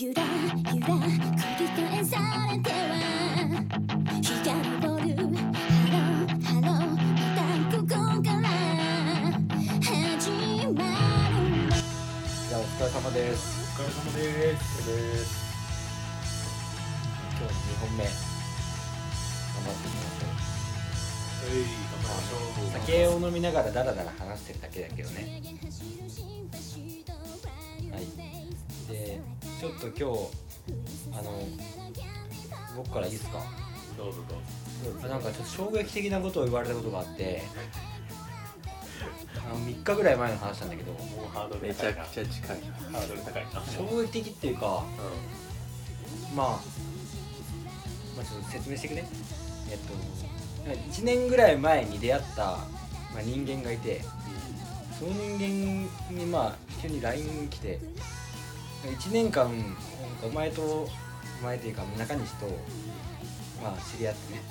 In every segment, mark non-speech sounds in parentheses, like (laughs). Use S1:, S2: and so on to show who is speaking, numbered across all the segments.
S1: ゆらゆら繰り返されては日が昇るハローハローまたここから始まる
S2: じゃあお疲れ様です。
S3: お疲れ様です。
S2: です。今日二本目。頑張っていきま
S3: はい、頑張りましょ
S2: し
S3: う。
S2: ょう。酒を飲みながらダラダラ話してるだけだけどね。はい。で、ちょっと今日あの僕からいいですか。
S3: どうぞどうぞ。
S2: あなんかちょっと衝撃的なことを言われたことがあって、あの三日ぐらい前の話なんだけど、
S3: もうハードル
S4: めち
S3: 高
S4: ゃ
S3: いな。
S4: くちゃ近い
S3: ハードル高いな。
S2: 衝撃的っていうか、
S3: う
S2: まあ、まあ、ちょっと説明していくねえっと1年ぐらい前に出会った、まあ、人間がいてその人間にまあ急に LINE 来て1年間なんかお前とお前というか中西と、まあ、知り合ってね、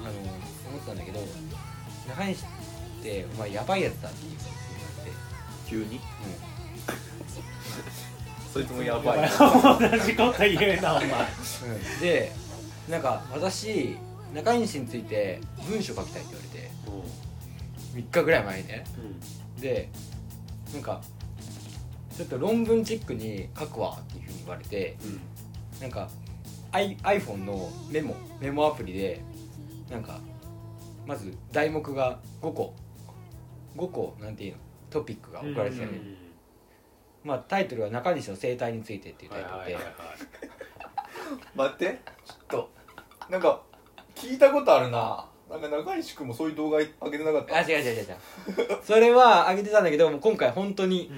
S2: あの思ったんだけど中西ってお前やばいやつだっていう風に
S4: 急にそいつも
S3: ん。
S4: やばい
S3: い。同じこと言うな、お前。
S2: 言われて、うんでなんか私中西について文章書きたいって言われて。3日ぐらい前にねでなんかちょっと論文チックに書くわっていうふうに言われて
S3: うん。
S2: なんか、I、iPhone のメモメモアプリでなんかまず題目が5個5個なんていうのトピックが
S3: うん。
S2: 送られてたよね、まあ、タイトルは「中西の生態について」っていう
S3: は
S2: タ
S3: い
S2: イトル
S3: はい
S2: で、
S3: はいはい。
S4: 待ってちょっとなんか聞いたことあるななんか中西君もそういう動画上げてなかっ
S2: あ違う違う違う違うそれはあげてたんだけどもう今回本当に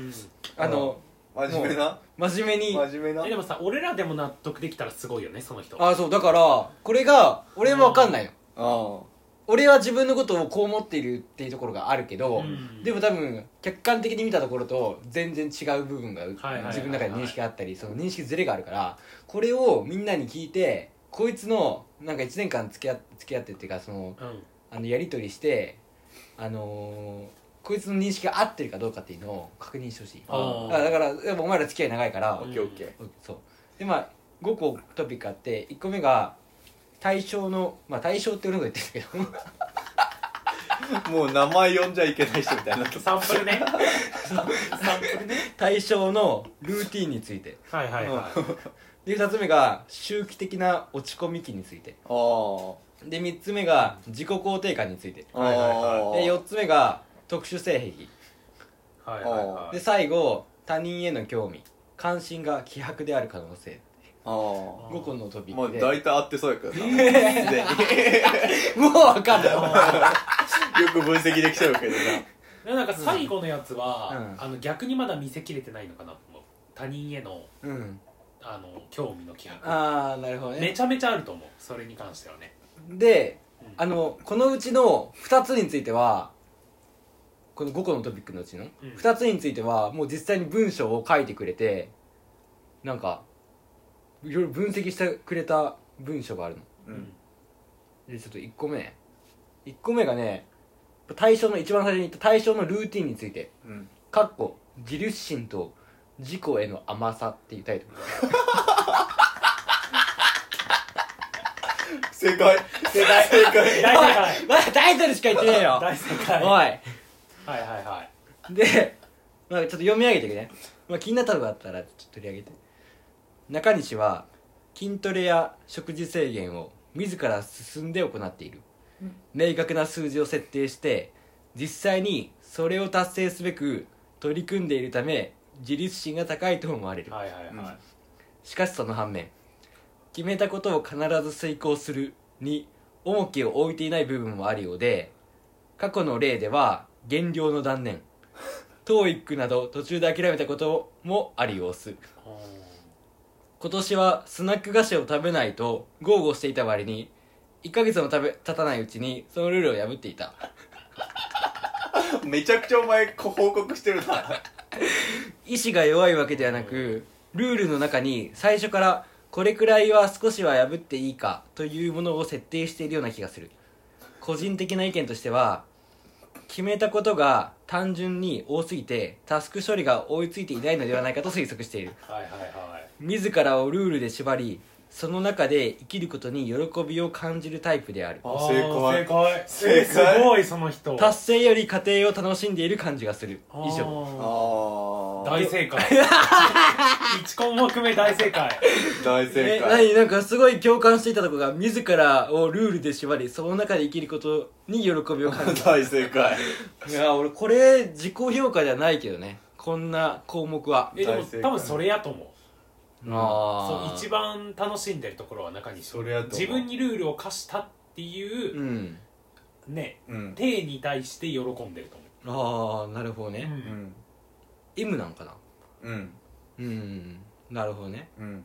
S2: あの
S4: た真面目な
S2: 真面目に
S4: 真面目な
S3: えでもさ、俺らでも納得できたらすごいよね、その人。
S2: あそうだからこれが俺も分かんないの
S4: あ
S2: 俺は自分のことをこう思っているっていうところがあるけど、
S3: うん
S2: でも多分客観的に見たところと全然違う部分が
S3: いはいはい
S2: 自分の中で認識があったりその認識ずれがあるからこれをみんなに聞いてこいつのなんか1年間付き合付き合ってっていうかその
S3: うん。
S2: あのやり取りして、あのーこいつの認識が合ってるかどうかっていうのを確認してほしい
S4: あ
S2: あ
S3: あ
S2: だからやっぱお前ら付き合い長いから
S4: あ
S3: う
S4: オッ
S3: ん
S4: ケーオッケー
S2: そうでまあ5個トピックあって1個目が対象のまあ対象って俺のこと言ってるけど
S4: もう名前呼んじゃいけない人みたいな
S3: サンプルね。サンプルね。
S2: (laughs) 対象のルーティンについて
S3: はいはいは
S2: で2つ目が周期的な落ち込み期について
S4: あー
S2: で3つ目が自己肯定感についてで
S4: あ
S3: はいは
S2: 4つ目が特殊性癖
S3: い。はいはいは
S2: で
S3: い。
S2: 最後他人への興味関心が希薄である可能性
S4: あー
S2: 5個のトピッ
S4: まあ
S2: クで、
S4: 大体合ってそうやけどなすで
S2: (laughs) もう分かる
S4: によく分析できちゃうけど
S3: でなんか最後のやつは、
S2: うん
S3: あの逆にまだ見せきれてないのかなと思う他人への
S2: うん
S3: あの興味の気迫
S2: ああなるほど
S3: め
S2: ね
S3: ちゃめちゃあると思うそれに関してはね
S2: で
S3: うん
S2: あのこのうちの2つについてはこの5個のトピックのうちの、
S3: うん
S2: 2つについてはもう実際に文章を書いてくれてなんかいろいろ分析してくれた文章があるの
S4: なうん
S2: でちょっと1個目ね1個目がね対象の一番最初に言った対象のルーティンについて
S4: うん
S2: 「かっこ自律心と自己への甘さ」っていうタイト
S4: 正解
S3: 正解
S4: 正
S3: 大正
S4: 解
S3: 解
S2: ルまだ (laughs) タイトルしか言ってねえよ
S3: 大正解はい
S2: (laughs) おい
S3: はいは
S2: (laughs)
S3: い
S2: で、まあ、ちょっと読み上げていくね、まあ、気になったのがあったらちょっと取り上げて中西は筋トレや食事制限を自ら進んで行っている、明確な数字を設定して実際にそれを達成すべく取り組んでいるため自立心が高いと思われる
S3: はいはい
S4: うん
S3: はい
S2: しかしその反面決めたことを必ず遂行するに重きを置いていない部分もあるようで過去の例では減量の断念 TOEIC など途中で諦めたこともある様子今年はスナック菓子を食べないと豪語していた割に1ヶ月も食べ経たないうちにそのルールを破っていた
S4: めちゃくちゃお前こ報告してるな
S2: 意志が弱いわけではなくルールの中に最初からこれくらいは少しは破っていいかというものを設定しているような気がする個人的な意見としては決めたことが単純に多すぎてタスク処理が追いついていないのではないかと推測している
S3: はいはいはい
S2: 自らをルールで縛りその中で生きることに喜びを感じるタイプである
S4: あ正
S3: 正
S4: 解
S3: 解
S4: 正解
S3: すごいその人
S2: 達成より過程を楽しんでいる感じがする
S3: あー
S2: 以上
S4: ああ
S3: 大正解 (laughs) 一項目目大正解
S4: 大正
S2: え
S4: 解
S2: 何なんかすごい共感していたとこが自らをルールで縛りその中で生きることに喜びを感じ
S4: 大正解
S2: (laughs) るいや俺これ自己評価じゃないけどねこんな項目は
S3: えでも
S4: 大正解
S3: 多分それやと思う
S2: ああ
S3: そう一番楽しんでるところは中に
S4: それやと思う
S3: 自分にルールを課したっていう
S2: う、ん
S3: ね
S4: うん
S3: 体に対して喜んでると思
S2: ああなるほど
S3: う、
S2: ね、
S4: うん
S2: M なんかな
S4: うん
S2: うんなるほどね
S4: うん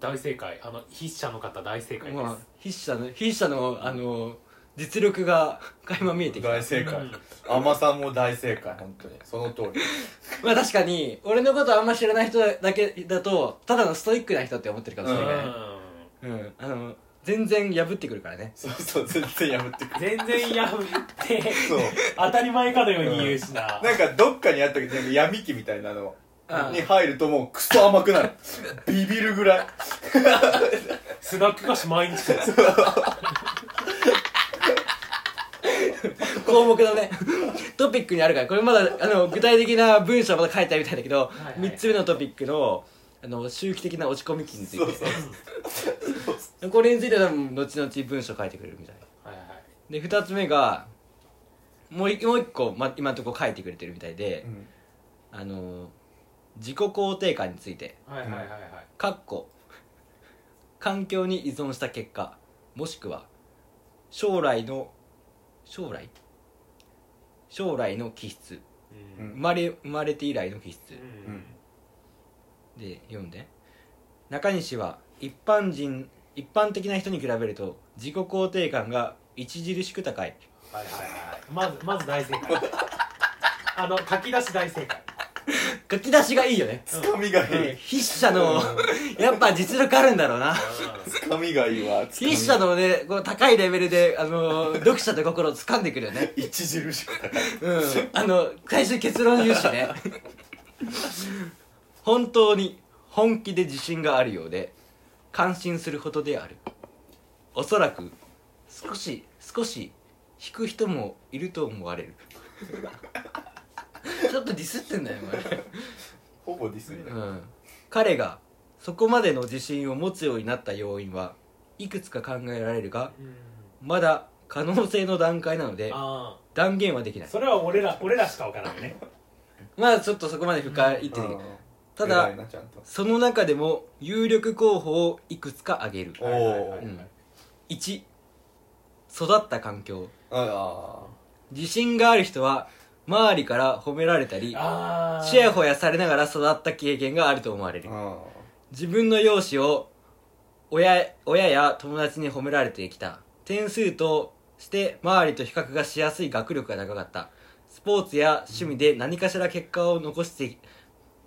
S3: 大正解あの筆者の方大正解です、
S2: まあ筆者の筆者のあの実力が (laughs) 垣間見えてきた
S4: 大正
S3: う
S4: 解
S3: ん
S4: 甘さんも大正解本当にその通り
S2: まあ確かに俺のことあんま知らない人だけだとただのストイックな人って思ってるかもしれないねうん、あの全然破ってくるからね
S4: そうそう全然破ってくる
S3: 全然破って
S4: そう
S3: 当たり前かのように言うしな、
S4: なんかどっかにあったけどなんか闇期みたいなの
S2: あ
S4: に入るともうクソ甘くなるビビるぐらい
S3: スナック菓子毎日食う
S2: 項目のねトピックにあるからこれまだあの具体的な文章はまだ書いてあるみたいだけど、
S3: はいはい
S2: 三3つ目のトピックのあの周期的な落ち込み期について
S4: そうそう
S2: これについては多分後々文章書いてくれるみたい
S3: はいはい
S2: で2つ目がもういもう1個、ま、今のところ書いてくれてるみたいで、
S4: うん
S2: あの自己肯定感について
S3: はいはいはいはい
S2: かっこ環境に依存した結果もしくは将来の将来将来の気質
S3: う
S4: うん
S3: ん
S2: 生まれ生まれて以来の気質
S3: うん
S2: で読んで中西は一般人一般的な人に比べると自己肯定感が著しく高い
S3: はいはいはいまずまず大正解あの書き出し大正解
S2: 書き出しがいいよね
S4: つかみがいい
S2: 筆者のやっぱ実力あるんだろうな
S4: つかみがいいわつかみ
S2: 筆者のねこう高いレベルで、あのー読者の心を掴んでくるよね
S4: 著しく高い
S2: うんあの最終結論言うしね本当に本気で自信があるようで感心するほどであるおそらく少し少し引く人もいると思われる (laughs) ちょっとディスってんだよ
S4: ほぼディスに
S2: お
S4: な
S2: 前、
S4: る
S2: うん、彼がそこまでの自信を持つようになった要因はいくつか考えられるが
S3: うん
S2: まだ可能性の段階なので
S3: あ
S2: 断言はできな
S3: あ
S2: い
S3: それは俺ら俺らしかわからないね
S2: まあちょっとそこまで深いって
S4: うん
S2: ただ
S4: 偉いなちゃんと
S2: その中でも有力候補をいくつか挙げる
S4: お
S3: はいはいは
S4: ー
S3: い
S2: うん1育った環境
S4: あ
S2: 自信がある人は周りから褒められたり
S3: ああ
S2: ちやほやされながら育った経験があると思われ
S4: あ
S2: る
S4: うん
S2: 自分の容姿を親親や友達に褒められてきた点数として周りと比較がしやすい学力が高かったスポーツや趣味で何かしら結果を残して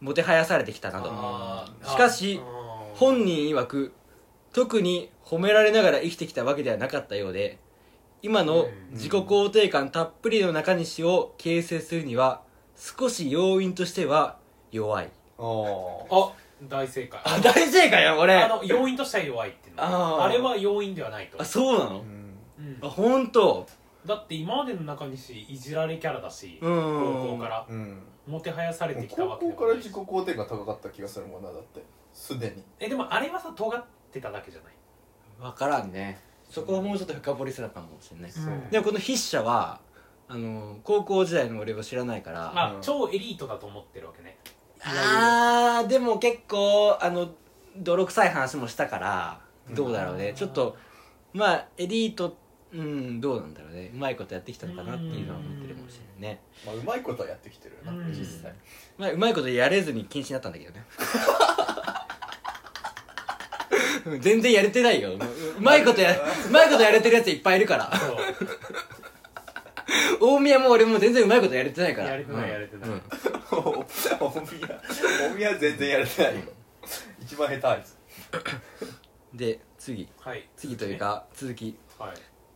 S2: もてはやされてきたなど
S3: あー
S2: しかし
S3: あー
S2: 本人曰く特に褒められながら生きてきたわけではなかったようで今の自己肯定感たっぷりの中西を形成するには少し要因としては弱い
S4: ああ
S3: あ大正解
S2: あ大正解よ俺
S3: あ
S2: あ
S3: の要因としては弱いっていうの
S2: あー
S3: あれは要因ではないと、
S2: そうなの
S3: うん
S2: あ本当
S3: だって今までの中西いじられキャラだし
S2: うん
S3: 高校から
S4: うん
S3: もてはやされてきた
S4: 高
S3: わけで
S4: 校
S3: も
S4: から
S3: ない
S4: 自己肯定感高かった気がするもんなだってすでに
S3: えでもあれはさ尖ってただけじゃない
S2: 分からんねそこをもうちょっと深掘りするかもしれない
S4: そう
S2: でもこの筆者はあの高校時代の俺を知らないから
S3: あ、
S4: うん
S3: 超エリートだと思ってるわけね
S2: あーでも結構あの泥臭い話もしたからどうだろうね、
S3: うん
S2: ちょっとまあエリートうんどうなんだろうねうまいことやってきたのかなっていうのは思ってるかもしれないね
S4: まあうまいことはやってきてるよな
S3: うん
S4: 実際 (laughs)
S2: まあうまいことやれずに禁止になったんだけ
S3: (laughs)
S2: どねうん全然やれてないよううまいことやうまいことやれてるやついっぱいいるから
S3: そう
S2: 大宮も俺も全然うまいことやれてないから
S3: やれてない
S2: うん
S3: やれてない
S2: うん
S4: お宮お宮全然やれてないよ一番下手あいつ
S2: で次
S3: はい
S2: 次というか続き
S3: はい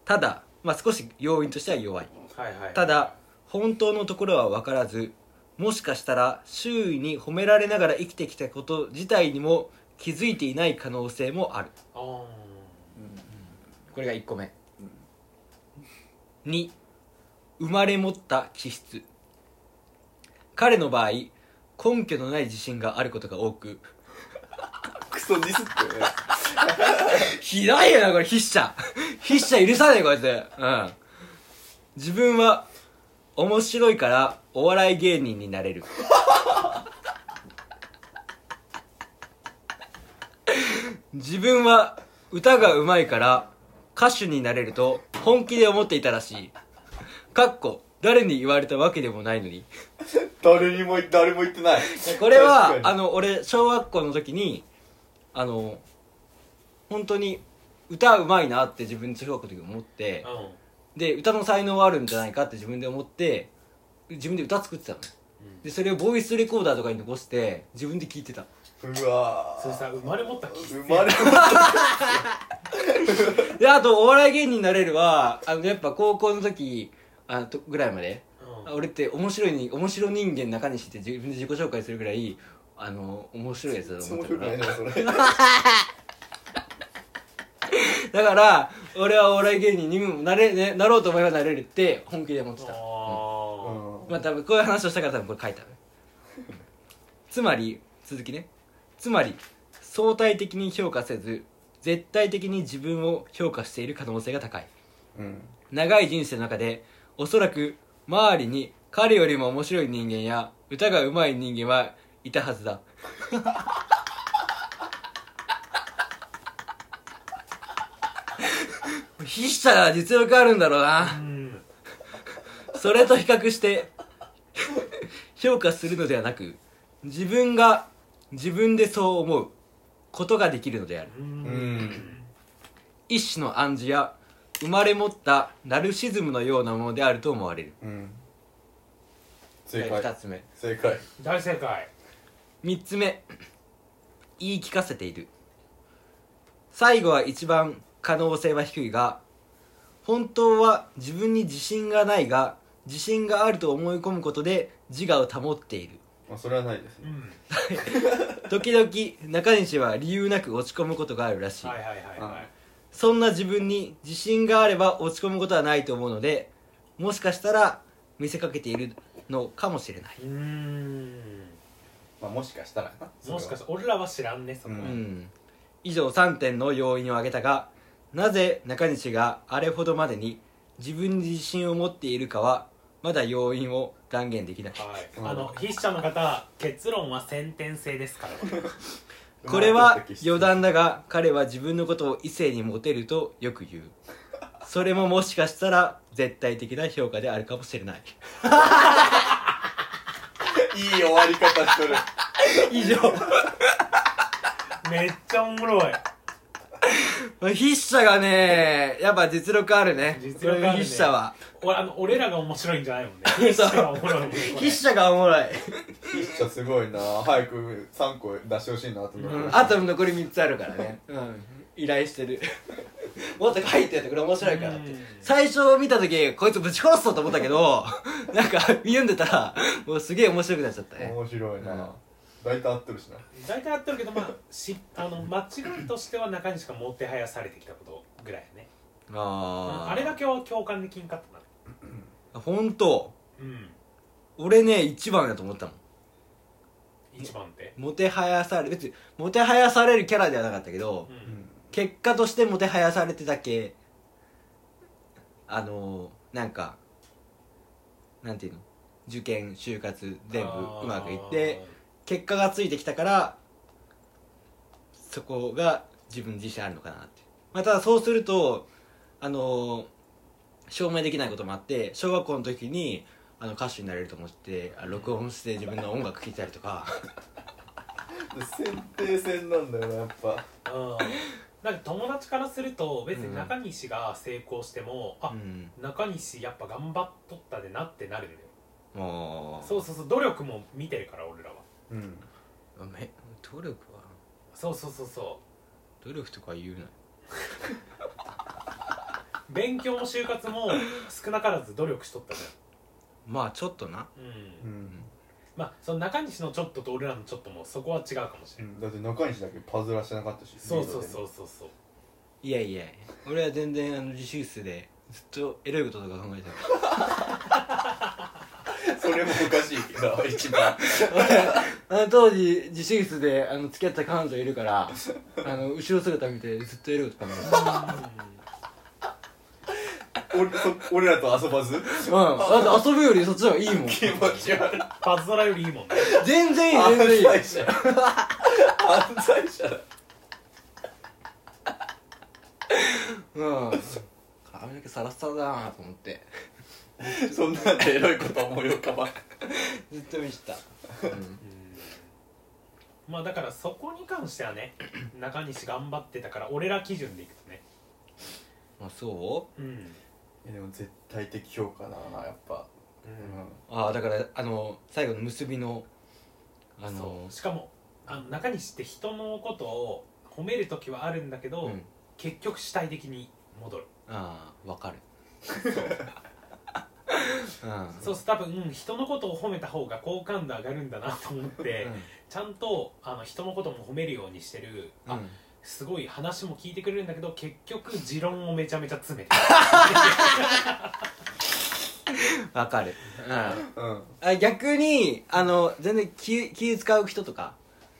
S2: ただまあ少し要因としては弱い
S3: はいはい
S2: ただ本当のところは分からずもしかしたら周囲に褒められながら生きてきたこと自体にも気づいていない可能性もある
S3: あー
S2: これが1個目、2生まれ持った気質彼の場合根拠のない自信があることが多く
S4: クソディスってね
S2: ひどいよなこれ筆者 (laughs) 筆者許さないこいつうん自分は面白いからお笑い芸人になれる (laughs) 自分は歌がうまいから歌手になれると本気で思っていたらしいかっこ誰に言われたわけでもないのに
S4: 誰にも誰も言ってない
S2: (laughs) これは
S4: 確か
S2: あ
S4: に
S2: の俺小学校の時にあの本当に歌うまいなって自分で小学校の時思って
S3: うん
S2: で歌の才能はあるんじゃないかって自分で思って自分で歌作ってたのでそれをボイスレコーダーとかに残して自分で聴いてた
S4: うわ
S3: それさ生まれ持った気質
S4: 生まれ持っ
S2: であとお笑い芸人になれるはあのやっぱ高校の時あのとぐらいまで
S3: うん
S2: 俺って面白いに面白人間中西って自分で自己紹介するぐらいあの面白いやつだと
S4: た
S2: 思
S4: 面
S2: ってた
S4: 白
S2: か
S4: く
S2: ら
S4: ないなそれ
S2: だから俺はお笑い芸人にもなれ、ね、なろうと思えばなれるって本気で思ってた
S3: あ
S2: まあ多分こういう話をしたから多分これ書いたのねつまり続きねつまり相対的に評価せず絶対的に自分を評価している可能性が高い
S4: うん
S2: 長い人生の中でおそらく周りに彼よりも面白い人間や歌が上手い人間はいたはずだ筆者は実力あるんだろう
S3: ーう
S2: なんそれと比較して評価するのではなく自分が自分でそう思うことができるのである
S3: うん
S4: うん
S2: 一種の暗示や生まれ持ったナルシズムのようなものであると思われる
S4: うん正
S2: 2
S4: 解
S2: つ目
S4: 正解
S3: 大正解
S2: 3つ目言い聞かせている最後は一番可能性は低いが本当は自分に自信がないが自信があると思い込むことで自我を保っている
S4: まあそれはないです
S3: う
S4: ね
S3: ん
S2: 時々中西は理由なく落ち込むことがあるらしい、
S3: はいはいはいはい
S2: そんな自分に自信があれば落ち込むことはないと思うのでもしかしたら見せかけているのかもしれないう
S3: ーん
S4: まあもしかしたらな
S3: もしかし
S4: そ
S3: たら俺らは知らんねそこは
S4: う
S2: うんん以上3点の要因を挙げたがなぜ中西があれほどまでに自分に自信を持っているかはまだ要因を断言できない
S3: はい
S4: うん
S3: あの筆者の方結論は先天性ですから
S4: れは
S2: これは余
S4: 余
S2: 談だが彼は自分のことを異性にモテるとよく言うそれももしかしたら絶対的な評価であるかもしれない
S4: いい終わり方してる
S2: 以 (laughs) 上
S3: めっちゃおもろい
S2: 筆者がねやっぱ実力あるね
S3: 実力あるね
S2: 筆者は
S3: 俺あの俺らが面白いんじゃないもんね
S2: (laughs)
S3: 筆者がおもろいもんねこれ
S2: 筆者がおもろい
S4: 筆者すごいな早く3個出してほしいなと思
S2: う
S4: っ
S2: ん
S4: て
S2: あと残り3つあるからねうん依頼してるもっと書いてやってこれ面白いからって
S3: うん
S2: 最初見た時こいつぶち殺すぞと思ったけど (laughs) なんか読んでたらもうすげえ面白くなっちゃったね
S4: 面白い
S2: うん
S4: な大体合ってるしな
S3: 大体合ってるけどまあしあの間違いとしては中にしかもてはやされてきたことぐらいやね
S2: あ
S3: あれだけは共感できんかったな
S2: 本当
S3: うん
S2: 俺ね一番だと思ったもん
S3: 一番って
S2: もてはやされ別にもてはやされるキャラではなかったけど、
S3: うん
S4: うん
S2: 結果としてもてはやされてだけあのー、なんかなんていうの受験就活全部うまくいって結果がついてきたからそこが自分自身あるのかなって、まあ、ただそうするとあのー証明できないこともあって小学校の時にあの歌手になれると思ってあ録音して自分の音楽聴いたりとか
S4: 先定戦なんだよなやっぱ
S3: あーうんなんか友達からすると別に中西が成功しても、
S2: う
S3: あ
S2: ん
S3: 中西やっぱ頑張っとったでなってなるのよ
S2: もう
S3: そうそうそう努力も見てるから俺らは
S4: うん
S2: め努力は
S3: そうそうそうそ
S2: 努力とか言うな
S3: う勉強も就活も少なからず努力しとったじ
S2: まあちょっとな
S3: ゃん、う、
S4: うんん、
S3: まあその中西のちょっとと俺らのちょっともそこは違うかもしれない、
S4: だって中西だけパズらしてなかったし
S3: そうそうそううそうそう
S2: いやいや俺は全然あの自習室でずっとエロいこととか考えて
S4: それもおかしいけど一番
S2: たあの当時自習室であの付き合ってた彼女いる (laughs) からあの後ろ姿見てずっとエロいこと考えてた
S4: (laughs) 俺そ俺らと遊ばず
S2: うんだって遊ぶよりそっちの方がいいも (laughs) ん
S4: 気持ち悪い
S3: パズドラよりいいもんね
S2: 全然いい
S4: 犯
S2: 全然いい
S4: 罪者 (laughs) 犯罪者だ
S2: うん髪の毛サラッサラだなと思って
S4: そんなんでエロいこと思い浮かばん
S2: ずっと見てた、うん、
S3: うんまあだからそこに関しては (clears throat) ね中西頑張ってたから俺ら基準でいくとね
S2: あそ
S3: うん
S4: えでも絶対的評価だなやっぱ、
S2: うああだからあの最後の結びのあ
S3: そ
S2: の
S3: うしかもあの中西って人のことを褒める時はあるんだけど、
S2: うん
S3: 結局主体的に戻る
S2: ああわかるうん
S3: そうすると多分、うん人のことを褒めた方が好感度上がるんだなと思って、
S2: うん
S3: ちゃんとあの人のことも褒めるようにしてる、
S2: う
S3: あ
S2: ん
S3: すごい話も聞いてくれるんだけど結局持論をめちゃめちゃ詰めてる
S2: わかる、うん、
S4: うん、
S2: あ逆にあの全然気気使う人とか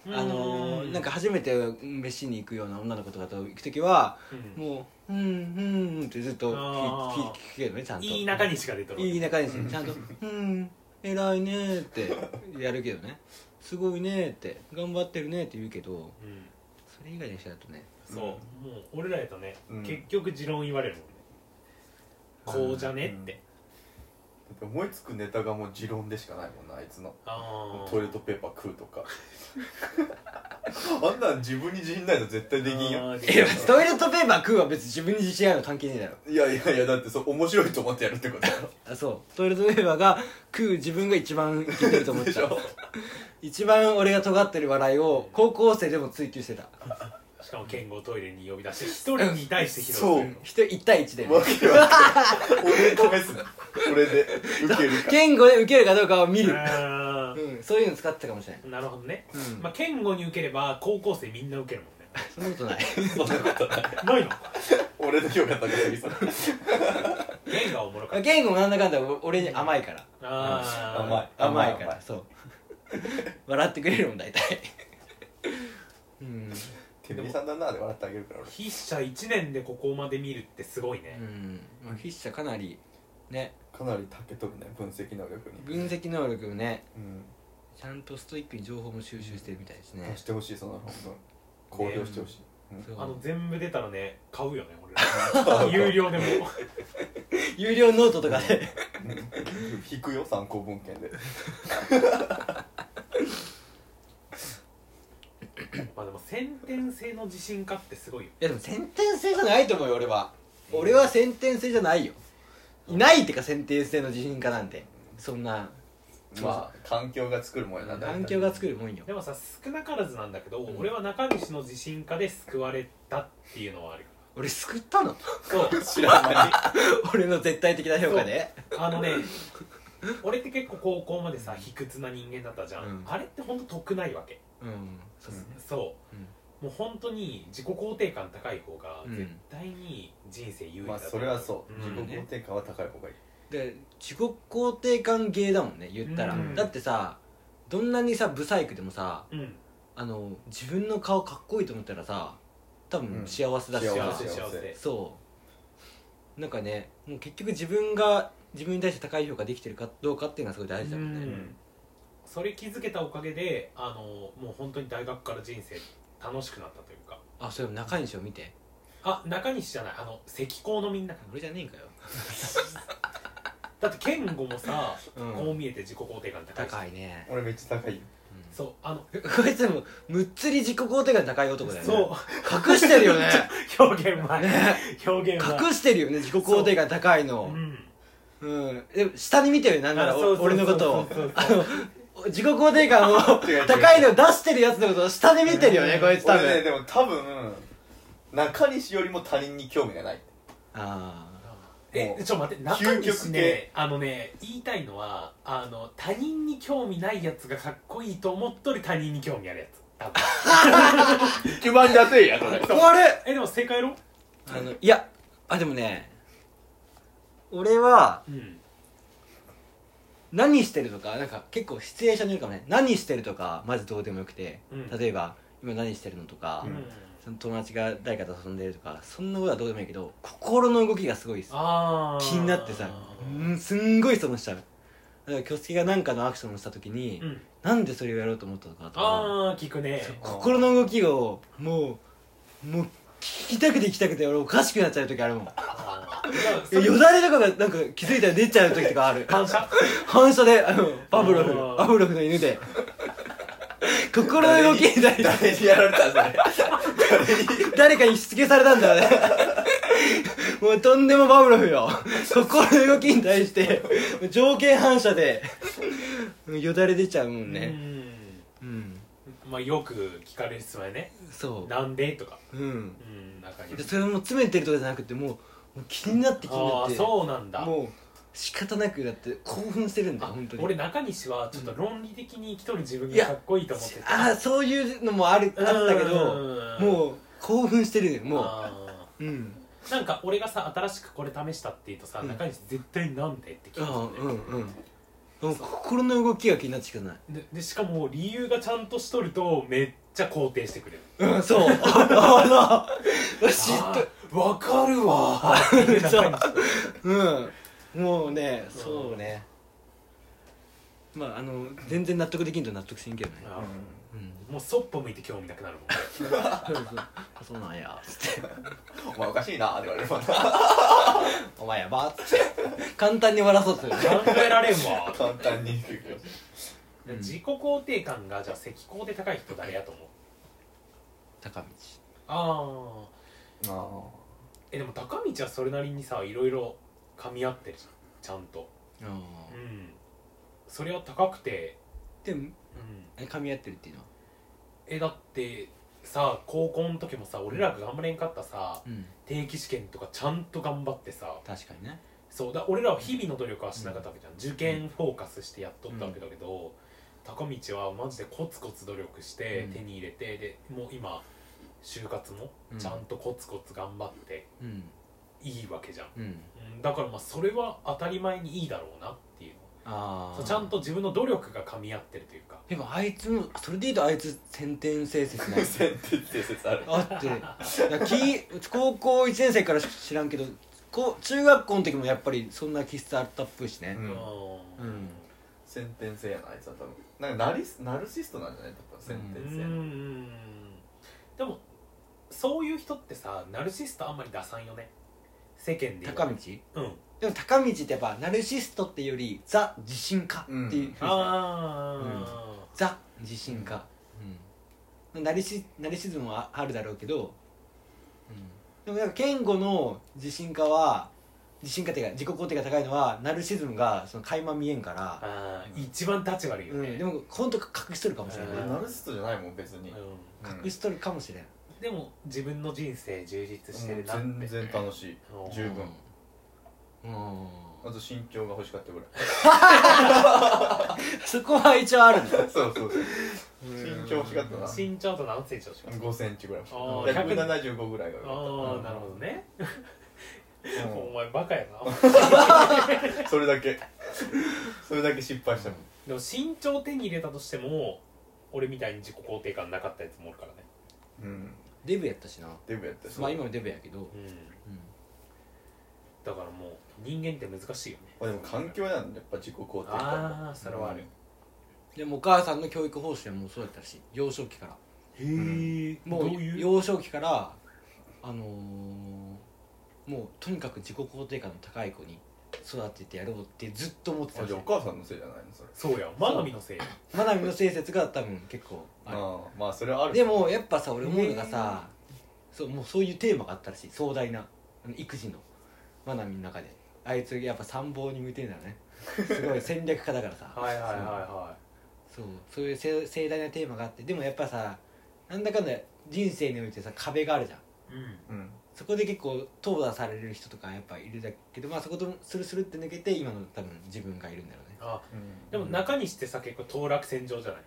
S2: あ
S3: う
S2: の
S3: ん
S2: なんか初めて飯に行くような女の子とかと行く時は
S3: うん
S2: もう「うんうん」うんってずっと
S3: あ
S2: 聞
S3: ー
S2: 聞聞けるのねちゃんと
S3: いい中西が出てる
S2: いい中ですねちゃんと「うん偉いね」ってやるけどね「すごいね」って「頑張ってるね」って言うけど
S3: うん
S2: それ以外の人だとね
S3: そう、もう俺らやとね、
S4: うん
S3: 結局持論言われるもんねこうじゃねって、
S4: うんだって思いつくネタがもう持論でしかないもんなあいつの
S3: ああ
S4: トイレットペーパー食うとか (laughs) あんなん自分に自信ないと絶対できんやん
S3: あー
S2: いやトイレットペーパー食うは別に自分に自信あるの関係ねえだろ
S4: いやいやいやだってそう面白いと思ってやるってこと
S2: (laughs)
S4: やろ
S2: あそうトイレットペーパーが食う自分が一番いけてると思っ
S4: で
S2: て
S4: したょ
S2: 一番俺が尖ってる笑いを高校生でも追求してた
S3: しかも健吾をトイレに呼び出して一人に対して披露する
S4: そう
S2: 一人一対一で
S4: わけわかんない俺で試すな俺で受ける
S2: (laughs)
S4: か
S2: 言語で受けるかどうかを見る、
S3: あ
S2: うん、そういうの使ってたかもしれない
S3: ーなるほどね、
S2: うん
S3: まあ健吾に受ければ高校生みんな受けるもんね
S2: (laughs) そんなことない
S4: そんなことない
S3: ないの
S4: 俺の評価高すぎそう
S3: 健吾はおもろかった
S2: 言語もなんだかんだ俺に甘いから
S3: あー
S4: 甘い
S2: 甘いから
S4: 甘い
S2: そう笑ってくれるもん大体うん
S4: てめえさんだなで笑ってあげるから俺
S3: 筆者1年でここまで見るってすごいね、
S2: まあ筆者かなりね
S4: かなりたけとるね分析能力に
S2: 分析能力をね
S4: うん
S2: ちゃんとストイックに情報も収集してるみたいですね
S4: 出してほしいその本分公表してほしいうん
S2: そう
S3: あの全部出たらね買うよね俺ら有料でも
S2: 有料ノートとかで
S4: 引くよ参考文献で
S3: まあでも先天性の自信家ってすごいよ
S2: いやでも先天性じゃないと思うよ俺は俺は先天性じゃないよいないってか先天性の自信家なんてそんな
S4: まあ環境が作るもんやな
S2: 環境が作るもんよ
S3: でもさ少なからずなんだけど、
S2: ん
S3: 俺は中西の自信家で救われたっていうのはあるよ
S2: 俺救ったの (laughs)
S3: そう (laughs)
S4: 知らない
S2: 俺の絶対的な評価で
S3: あのね俺って結構高校までさ卑屈な人間だったじゃん、
S2: うん
S3: あれってほんと得ないわけ
S2: うんそうっすね
S3: そう、もう本当に自己肯定感高い方が
S2: うん
S3: 絶対に人生有利だ
S4: まあ
S3: と思う
S4: それはそう
S3: うん
S4: 自己肯定感は高い方がいい
S2: で自己肯定感ゲーだもんね言ったら、
S3: うん
S2: だってさどんなにさブサイクでもさ
S3: うん
S2: あの自分の顔かっこいいと思ったらさ多分
S4: うん
S2: 幸せだしさ、
S3: 幸
S4: 幸
S3: せ
S4: せ
S3: 幸
S4: 幸
S3: せ
S4: せ
S2: そうなんかねもう結局自分が自分に対して高い評価できてるかどうかっていうのはすごい大事だもん
S3: う
S2: ね
S3: んそれ気づけたおかげであのもう本当に大学から人生楽しくなったというか
S2: あそれも中西を見て
S3: あ中西じゃないあの石膏のみんな
S2: 俺じゃねえんかよ
S3: だって健吾もさ、
S2: (laughs) うん
S3: こう見えて自己肯定感高いし
S2: 高いね、
S4: 俺めっちゃ高いよ
S2: う
S3: そうあの
S2: んこいつもむっつり自己肯定感高い男だよね
S3: そう (laughs)
S2: 隠してるよね
S3: 表現うまい
S2: ね
S3: 表現うまい
S2: 隠してるよね自己肯定感高いの、
S3: うん
S2: うん、でも下に見てるよなんな
S3: あ
S2: ら
S3: そう
S2: お
S3: そうそう
S2: 俺のことを
S3: そう
S2: あの自己肯定感を (laughs)
S4: 違う違う
S2: 高いのを出してるやつのことを下に見てるよねこいつ多
S4: 俺
S2: 分 (laughs)
S4: ねでも多分中西よりも他人に興味がない
S2: あ
S3: えちょっと待って中西ねあのね言いたいのはあの他人に興味ないやつがかっこいいと思っとる他人に興味あるやつ多分
S4: 一番ダセいやつだ
S2: あれ
S3: えでも正解やろ
S2: あのいやあでもね俺は
S3: うん
S2: 何してるとかなんか結構シチュエーションによるかもね何してるとかまずどうでもよくて、
S3: うん
S2: 例えば今何してるのとか、
S3: うん
S2: その友達が誰かと遊んでるとかそんなことはどうでもいいけど心の動きがすごいです
S3: ああ
S2: 気になってさうんすんごいそのしちゃうだから挙式が何かのアクションをした時に、
S3: うん
S2: なんでそれをやろうと思ったのかとか
S3: ああ聞くね
S2: 心の動きをもうもう聞きたくて聞きたくて俺おかしくなっちゃう時あるもん
S3: あーいやそれ
S2: よだれとかがなんか気づいたら出ちゃう時とかある
S3: (laughs) 反射
S2: 反射であのパブロフ
S3: あー
S2: パブロフの犬
S3: (laughs)
S2: で心の動きに対して
S4: 誰にやられたんそれ
S2: 誰かにしつけされたんだよねもうとんでもパブロフよ心の動きに対してもう条件反射でもうよだれ出ちゃうもんねうん、
S3: うんまあよく聞かれる質問やね
S2: そ
S3: なんでとか
S2: ううん
S3: うん中に
S2: でそれも詰めてるとかじゃなくてもうもう気になって気にな
S3: あ
S2: っ
S3: あ
S2: て
S3: そうなんだ
S2: もう仕方なくだって興奮してるんだよ
S3: あ
S2: 本当に
S3: 俺中西はちょっと論理的に生きとる自分がかっこいいと思ってた
S2: ああそういうのもあるあったけど
S3: う
S2: もう興奮してるよ
S3: ん
S2: も
S3: あ
S2: ううん
S3: ーなんか俺がさ新しくこれ試したって言うとさ
S2: うん
S3: 中西絶対なんでって聞
S2: ああ
S3: く
S2: うんうんもう心の動きが気になってしかない
S3: ででしかも理由がちゃんとしとるとめっちゃ肯定してくれる
S2: うんそうあの知っ
S3: あーわかるわーって
S2: (laughs)
S3: 中西
S2: うんもうねそうねまああの全然納得できんと納得せんけどね
S3: あ
S2: うん
S3: ーもうそっぽ向いて興味なくなるもん
S2: そうそうあそうなんやつって
S4: お前おかしいなって言われるもんな
S2: 「お前やば」っつって簡単に終わらそうとするね
S3: 考えられんわ
S4: 簡単に言うけど
S2: (laughs) うん
S3: 自己肯定感がじゃあ赤高で高い人誰やと思う
S2: (laughs) 高道
S3: ああ
S4: あ
S3: えでも高道はそれなりにさいろいろ噛み合ってるじゃんちゃんと
S2: ああ
S3: うんそれは高くて
S2: でも
S3: うん
S2: え噛み合ってるっていうのは
S3: えだってさ高校の時もさ俺らが頑張れんかったさ
S2: うん
S3: 定期試験とかちゃんと頑張ってさ
S2: 確かにね
S3: そうだ俺らは日々の努力はしなかったわけじゃん、受験フォーカスしてやっとったわけだけど、高道はマジでコツコツ努力して
S2: うん
S3: 手に入れて、でもう今就活も
S2: うん
S3: ちゃんとコツコツ頑張って
S2: うん
S3: いいわけじゃん、
S2: うん
S3: うん、だからまあそれは当たり前にいいだろうなっていう
S2: あ
S3: そ
S2: あ
S3: うちゃんと自分の努力が噛み合ってるというか
S2: でもあいつもそれでいいとあいつ先天性説 (laughs) ない
S4: あ先手って説ある
S2: あってだからき高校1年生からし知らんけどこう中学校の時もやっぱりそんな気質あったっぽいしね
S4: う
S3: うん
S2: うん
S4: 先天性やなあいつは多分なんかナリスナルシストなんじゃない多分先
S3: う
S4: 天性、
S3: んでもそういう人ってさナルシストあんまり出さんよね世間で言う
S2: 高道
S3: うん
S2: でも高道ってやっぱナルシストっていうよりザ自信家っていうふうに
S4: うん
S3: あ
S2: ザ自信家、うんナルシナルシズムはあるだろうけど、でもなんか健吾の自信家は自信家っていうか自己肯定が高いのはナルシズムがその垣間見えんから
S3: ー、あー一番立ち悪いよ
S2: う
S3: ね、
S2: ん、でも本当隠しとるかもしれない、
S3: うん
S4: ナルシストじゃないもん別に、
S3: う
S4: うん
S2: 隠しとるかもしれん、
S3: んでも自分の人生充実してるなって、
S4: 全然楽しい
S3: うん
S4: 十分
S2: うん
S4: あと身長が欲しかっ
S2: (laughs)
S4: たぐらい
S2: そこは一応あるんだ
S4: そうそう身長欲しかったな
S3: 身長と何成長します
S4: 5センチぐらい
S3: あー
S4: 175ぐらいが良
S3: あ
S4: か
S3: あ
S4: っ
S3: ーなるほどね、
S4: たうん
S3: お前バカやな
S4: うん (laughs) それだけそれだけ失敗したもん
S3: でも身長手に入れたとしても俺みたいに自己肯定感なかったやつもおるからね
S4: うん
S2: デブやったしな
S4: デブやったし
S2: まあ今もデブやけど、
S3: うん
S2: うん
S3: だからもう人間って難しいよね
S4: まあでも環境なんだやっぱ自己肯定感も
S3: ああそれはある
S2: でもお母さんの教育方針はもうそうやったらしい幼少期から
S3: へえ
S2: もう
S3: どういう
S2: 幼少期からあのーもうとにかく自己肯定感の高い子に育ててやろうってずっと思ってた
S4: あ
S2: らし
S4: じゃあお
S2: い
S4: 母さんのせいじゃないのそれ
S3: そうやマナミのせいや
S2: まなみの性説が多分結構ある
S4: ああまあそれはある
S2: でもやっぱさ俺思うのがさ、そうもうそういうテーマがあったらしい壮大なあの育児のまなみの中であいつやっぱ参謀に向いてるんだよねすごい戦略家だからさ
S3: (laughs) はいはいはいは
S2: そうそういうせ盛大なテーマがあってでもやっぱさなんだかんだ人生においてさ壁があるじゃん
S3: いうん
S4: うん
S2: そこで結構淘汰される人とかやっぱいるだけどまあそことスルスルって抜けて今の多分自分がいるんだろうね
S3: あ
S4: うん
S3: でも中西ってさ結構当落線上じゃない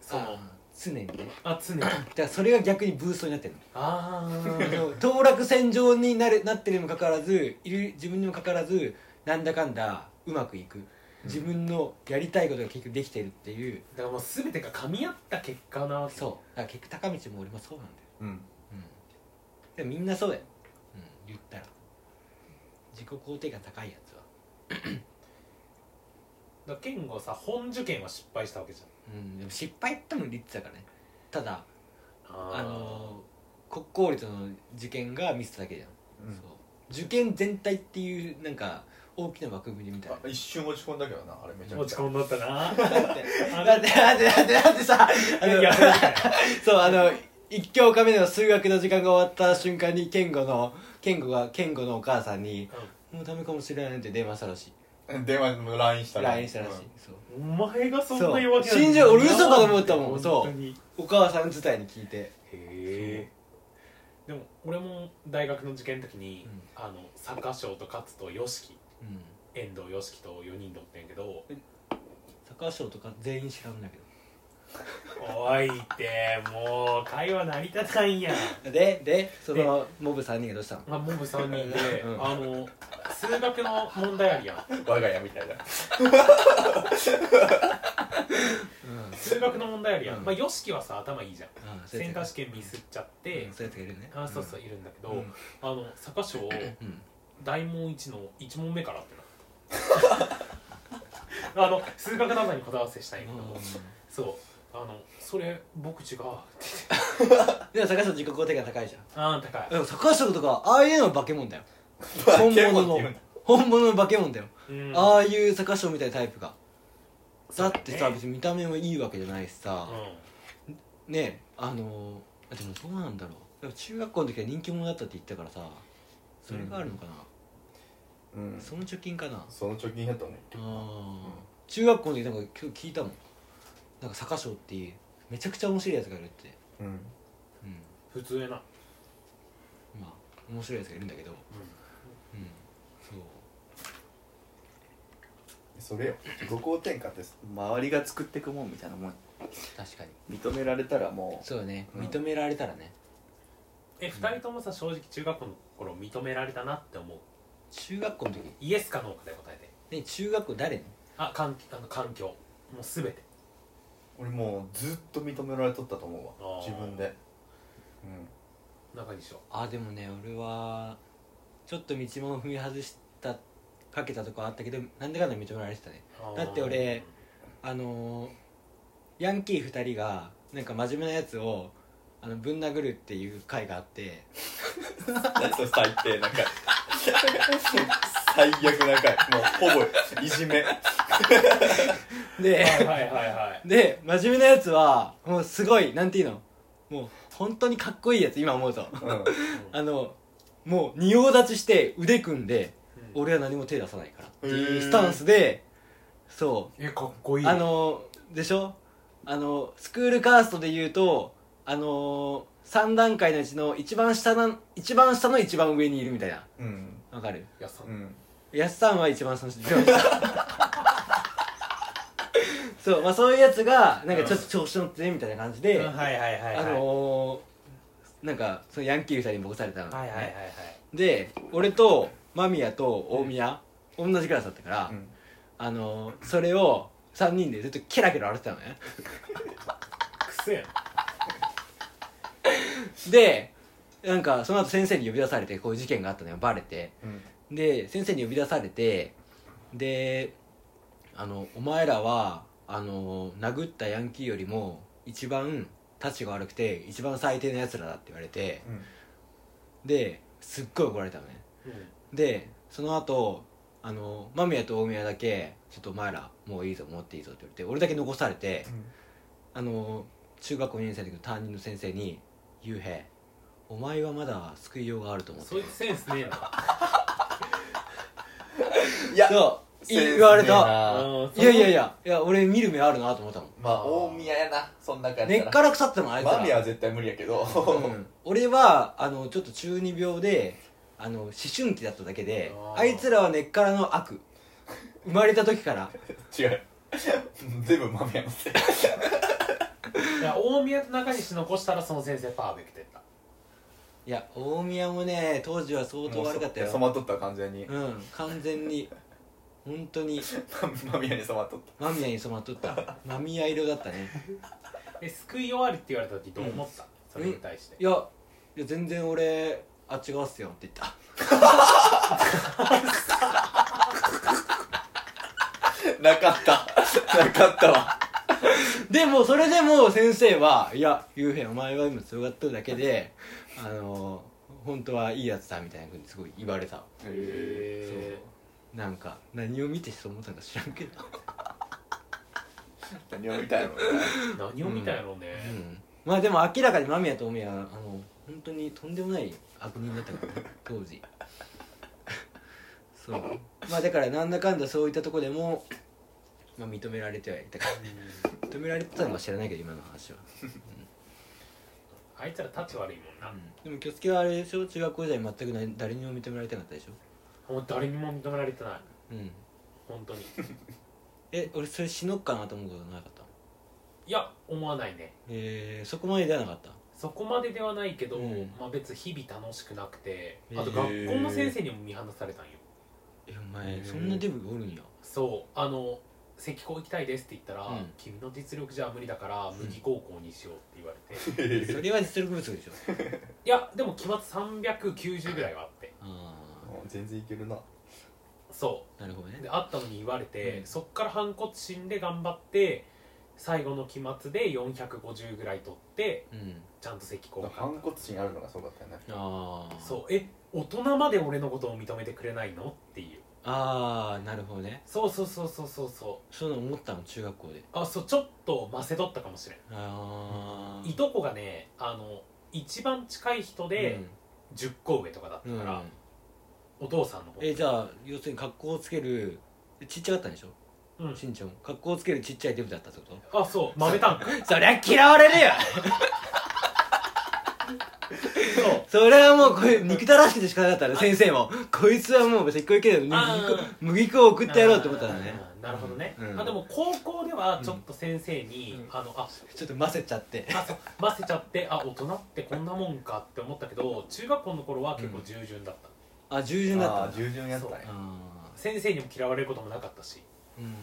S3: その
S2: あー常にね
S3: あ常に
S2: だからそれが逆にブーストになってるの
S3: あー
S2: 当落線上になれなってるにもかかわらずいる自分にもかかわらずなんだかんだうまくいく自分のやりたいことが結局できてるっていう
S3: だからもう全てが噛み合った結果なわけ
S2: そうだから結局高道も俺もそうなんだよ、
S4: うん
S2: うん、でもみんなそうだよ、うん、言ったら自己肯定感高いやつは、
S3: だから健吾さ本受験は失敗したわけじ
S2: うん、でも失敗っても言ってたからねただ
S3: ゃん
S2: あの国公立の受験がミスっただけじゃん、
S4: うん
S2: そう受験全体っていうなんか大きな枠組みみたいな
S4: あ一瞬落ち込んだけどなあれめちゃく
S3: 落
S4: ち
S3: ち
S4: ゃ
S3: 込んだ (laughs) ったな
S2: (laughs) だってだってだってだってさあの
S3: いやそうだよ
S2: そうあの1教科目の数学の時間が終わった瞬間に健吾の健吾が健吾のお母さんに「もうダメかもしれない」って電話したらしい
S4: 電話の LINE したら
S2: LINE したらしい、そう
S3: お前がそんな弱気
S2: そう信じ俺嘘かと思ったもんそう
S3: 本当に
S2: お母さん自体に聞いて
S3: へえでも俺も大学の受験の時に、あの坂翔と勝と y o s
S2: うん
S3: 遠藤 y o s と4人でおってんやけど
S2: 高橋とか全員知らんだけ
S3: おいってもう会話成り立たんやん
S2: どででそのモブ3人がどうしたの
S3: あモブ3人で、
S2: うん
S3: あの数学の問題あるやん
S4: 我が家みたいな
S2: うん
S3: 数学の問題あるやん、
S2: うん
S3: まあ y o s はさ頭いいじゃん
S2: あそう
S3: セ
S2: や
S3: ン
S2: つ
S3: ター
S2: が
S3: 試験ミスっちゃって
S2: うん、そうやつがいるよね
S3: あそうそう
S2: う
S3: いるんだけど、
S2: ん
S3: あの坂翔
S2: うん
S3: 大問1の1問目からってな (laughs) あの数学などに答え合わせしたいんやけど、そうあのそれ僕違う
S2: でも高橋自己肯定感高いじゃん
S3: あー高い
S2: でも高橋とかああいうのは化け物だよ本物の本物の化け物だよ、
S3: うん
S2: ああいう坂椒みたいなタイプがだって
S3: そう
S2: さ
S3: ね
S2: 別に見た目もいいわけじゃないしさ
S3: う、ん
S2: ねえあのーでもどうなんだろうでも中学校の時は人気者だったって言ったからさそれがあるのかな、
S4: うん
S2: その貯金かな、あ
S4: その貯金やったね
S2: ー中学校の時なんか今日聞いたもんなんか坂椒っていうめちゃくちゃ面白いやつがいるって
S4: うん
S2: うん
S3: 普通やな、
S2: まあ面白いやつがいるんだけどうん
S3: う
S2: そう
S4: それよ自己肯定感って
S5: 周りが作ってくもんみたいなもん
S2: 確かに
S5: 認められたらも
S2: そうだね
S4: うん
S2: 認められたらね、
S3: ん、え二人ともさ正直中学校の頃認められたなって思う
S2: 中学校の時
S3: イエスかノーかで答えて
S2: ね中学校誰に
S3: あ環あの環境もう全て
S4: 俺もうずっと認められとったと思うわ
S3: あー
S4: 自分で
S3: 中にしよ
S2: あでもね俺はちょっと道も踏み外したかけたとこあったけどなんでかんだ認められてたね
S3: う
S2: だって俺あのー、ヤンキー2人がなんか真面目なやつをあのぶん殴るっていう回があって
S4: うんそう最低な回最悪な回もうほぼいじめ
S2: で
S3: はいはいはいはい
S2: で真面目なやつはもうすごいなんていうのもう本当にかっこいいやつ今思うと
S4: うん
S2: あのもう仁王立ちして腕組んで
S3: うん
S2: 俺は何も手出さないからってい
S4: へー
S2: うスタンスでそう
S3: えかっこいい
S2: あのでしょあのスクールカーストで言うとあの3段階のうちの一番下の一番下の一番上にいるみたいな
S4: うん
S2: わかる
S3: いやさ
S4: うん
S2: やすさんは一番下の
S3: (laughs)
S2: 一番下そうまあそういうやつがなんかちょっと調子乗ってねみたいな感じで、
S3: うんはいはいはいはい
S2: あのー、なんかそのヤンキー2人にボコされたの、
S3: はいはいはいはい
S2: で俺と間宮と大宮、同じクラスだったから、
S4: うん
S2: あのー、それを3人でずっとケラケラ笑ってたのね
S3: くせや
S2: でなんかその後先生に呼び出されてこういう事件があったのよバレて
S4: うん
S2: で先生に呼び出されてであの「お前らはあの殴ったヤンキーよりも一番タチが悪くて一番最低なやつらだ」って言われて
S4: うん
S2: ですっごい怒られたのね
S3: うん
S2: でその後あの間宮と大宮だけ「ちょっとお前らもういいぞもうっていいぞ」って言われて俺だけ残されてあの中学校2年生の時の担任の先生に「ゆうへいお前はまだ救いようがあると思って
S3: そいつセンスねえな
S4: うんいや
S2: そう言われた
S3: うん
S2: いやいやいやいや俺見る目あるなと思ったもん
S4: まあ大宮やなそん中やった
S2: 根っから腐ってたのあいつ
S4: 間宮
S2: ら、
S4: は絶対無理やけど、
S2: うん、俺はあのちょっと中二病であの思春期だっただけで
S3: あー
S2: あいつらは根っからの悪生まれた時から
S4: (laughs) 違う全部間宮のせい
S3: いや大宮と中西残したらその先生パーフェクトやった
S2: いや大宮もね当時は相当悪かったよ
S4: もう染まっとった完全に (laughs)
S2: うん完全に本当に
S4: 間宮に染まっとっ
S2: 間宮に染まっとった間宮色だったね
S3: え救い終わりって言われた時どう思った、それに対して
S2: いやいや全然俺あっち側っすよって言った
S4: たなかった (laughs) なかったわ
S2: でもそれでも先生はいやゆうへんお前は今強がっとるだけで (laughs) あの本当はいいやつだみたいなふうにすごい言われた
S3: へ
S2: そうなんか何を見てそう思ったのか知らんけど
S4: 何を見 (laughs) たいの
S3: え何を見たんやろうね、
S2: うん (laughs) まあでも明らかに間宮とおみやあの本当にとんでもない悪人だったからね (laughs) 当時そうまあだからなんだかんだそういったとこでも、まあ、認められてはいたから認められてたのか知らないけど今の話は、
S3: あいつら立ち悪いもんな、
S2: でもキョスケはあれでしょ中学校時代全くな誰にも認められてなかったでしょ
S3: もう誰にも認められてな
S2: う
S3: い
S2: ん
S3: 本当に
S2: え俺それ死のっかなと思うことなかった
S3: いや思わないね
S2: えー、そこまでではなかった
S3: そこまでではないけど、
S2: うん
S3: まあ、別に日々楽しくなくて
S2: へー
S3: あと学校の先生にも見放されたんよ
S2: えお前そんなデブがおるんや
S3: そうあの「石膏行きたいです」って言ったら、
S2: うん
S3: 君の実力じゃ無理だから麦高校にしよう」って言われて、い
S2: それは実力不足で (laughs) しょ
S3: やでも期末390ぐらいはあって
S2: あ
S4: 全然いけるな
S3: そう
S2: あなるほどね
S3: であったのに言われて、
S2: うん
S3: そっから反骨心で頑張って最後の期末で450ぐらい取って
S2: うん
S3: ちゃんと石膏が
S4: 反骨心あるのがそうだったよね
S2: ああ
S3: そうえ大人まで俺のことを認めてくれないのっていう
S2: ああなるほどね
S3: そうそうそうそうそうそう
S2: そういうの思ったの中学校で
S3: あそうちょっとませとったかもしれん、
S2: ああ
S3: いとこがねあの一番近い人で10個上とかだった
S2: うん、う
S3: か
S2: ん
S3: ら、お父さんの方
S2: えじゃあ要するに格好をつけるちっちゃかったんでしょ
S3: うん
S2: 身長も格好をつけるちっちゃいデブだったってこと
S3: あそう豆たんか
S2: そりゃ嫌われるよ
S3: そう
S2: それはもうこういう憎たらしくて仕方なかったね先生もこいつはもうせっこいけど
S3: あ
S2: 麦粉
S3: ー
S2: 麦粉を送ってやろうって思ったんだね
S3: あーなるほどね、
S2: うん
S3: あでも高校ではちょっと先生に、
S2: うん
S3: あのあ
S2: ちょっと混ぜちゃって
S3: あそう混ぜちゃってあ大人ってこんなもんかって思ったけど中学校の頃は結構従順だった、
S2: あ従順だったんだ
S4: 従順やったね
S2: あ
S3: 先生にも嫌われることもなかったし
S2: ーうんなる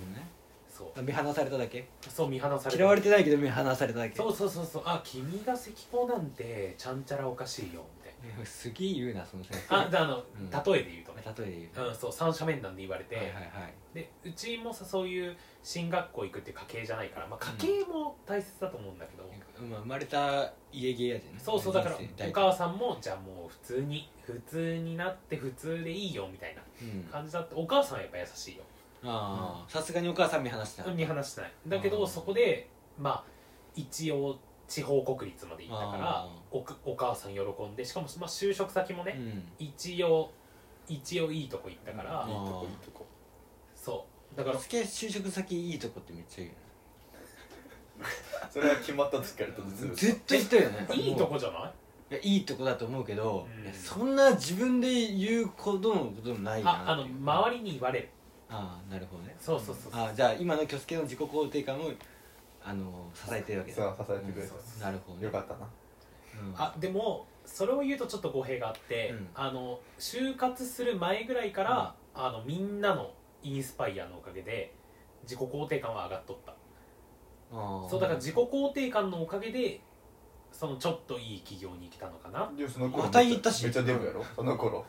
S2: ほどね
S3: そう
S2: あ見放されただけ
S3: そう見放され
S2: 嫌われてないけど見放されただけ
S3: そうそうそうそうあ君が石膏なんてちゃんちゃらおかしいよみたい
S2: いやすげえ言うなその先生
S3: なあであの、
S2: うん
S3: 例えで言うとね、
S2: 例えで言う
S3: うん、そう三者面談で言われて、
S2: はいはいはい
S3: でうちもさそういう進学校行くっていう家系じゃないから、まあ、家系も大切だと思うんだけど、
S2: まあ生まれた家芸やでね
S3: そうそうだから
S2: 人生
S3: お
S2: 大体
S3: 母さんもじゃあもう普通に普通になって普通でいいよみたいな
S2: うんあ
S3: 感じだってお母さんはやっぱ優しいよ
S2: あさすがにお母さん見放してた
S3: 見放してないだけ
S2: う
S3: ど
S2: ん
S3: そこでまあ一応地方国立まで行ったから
S2: あー
S3: おくお母さん喜んでしかも、まあ、就職先もね、
S2: うん
S3: 一応一応いいとこ行ったから、
S2: うん
S4: いいとこいいとこ
S3: そうだから
S2: すげえ就職先いいとこってめっちゃ言う
S4: それは決まった時からとずっ
S2: よ
S4: と
S2: ずっと言ってるよね
S3: いいと
S2: も
S3: こじゃないう
S2: いやいいとこだと思うけど、
S3: うん
S2: いやそんな自分で言うこともこともない
S3: あ
S2: な
S3: あ
S2: っ
S3: の
S2: ていう
S3: 周りに言われる
S2: ああなるほどね
S3: そうそうそうそう
S2: ああじゃあ今のキョスケの自己肯定感をあの支えてるわけだ
S4: そう支えてくれ
S3: そう
S4: た
S2: なるほどね
S4: よかったな
S2: うん
S3: あでもそれを言うとちょっと語弊があって、
S2: うん
S3: あの就活する前ぐらいから、あのみんなのインスパイアのおかげで自己肯定感は上がっとった
S2: ああ
S3: そうだから自己肯定感のおかげでそのちょっといい企業に来たのかな
S4: でその頃
S2: また言ったし
S4: めっちゃデブやろその頃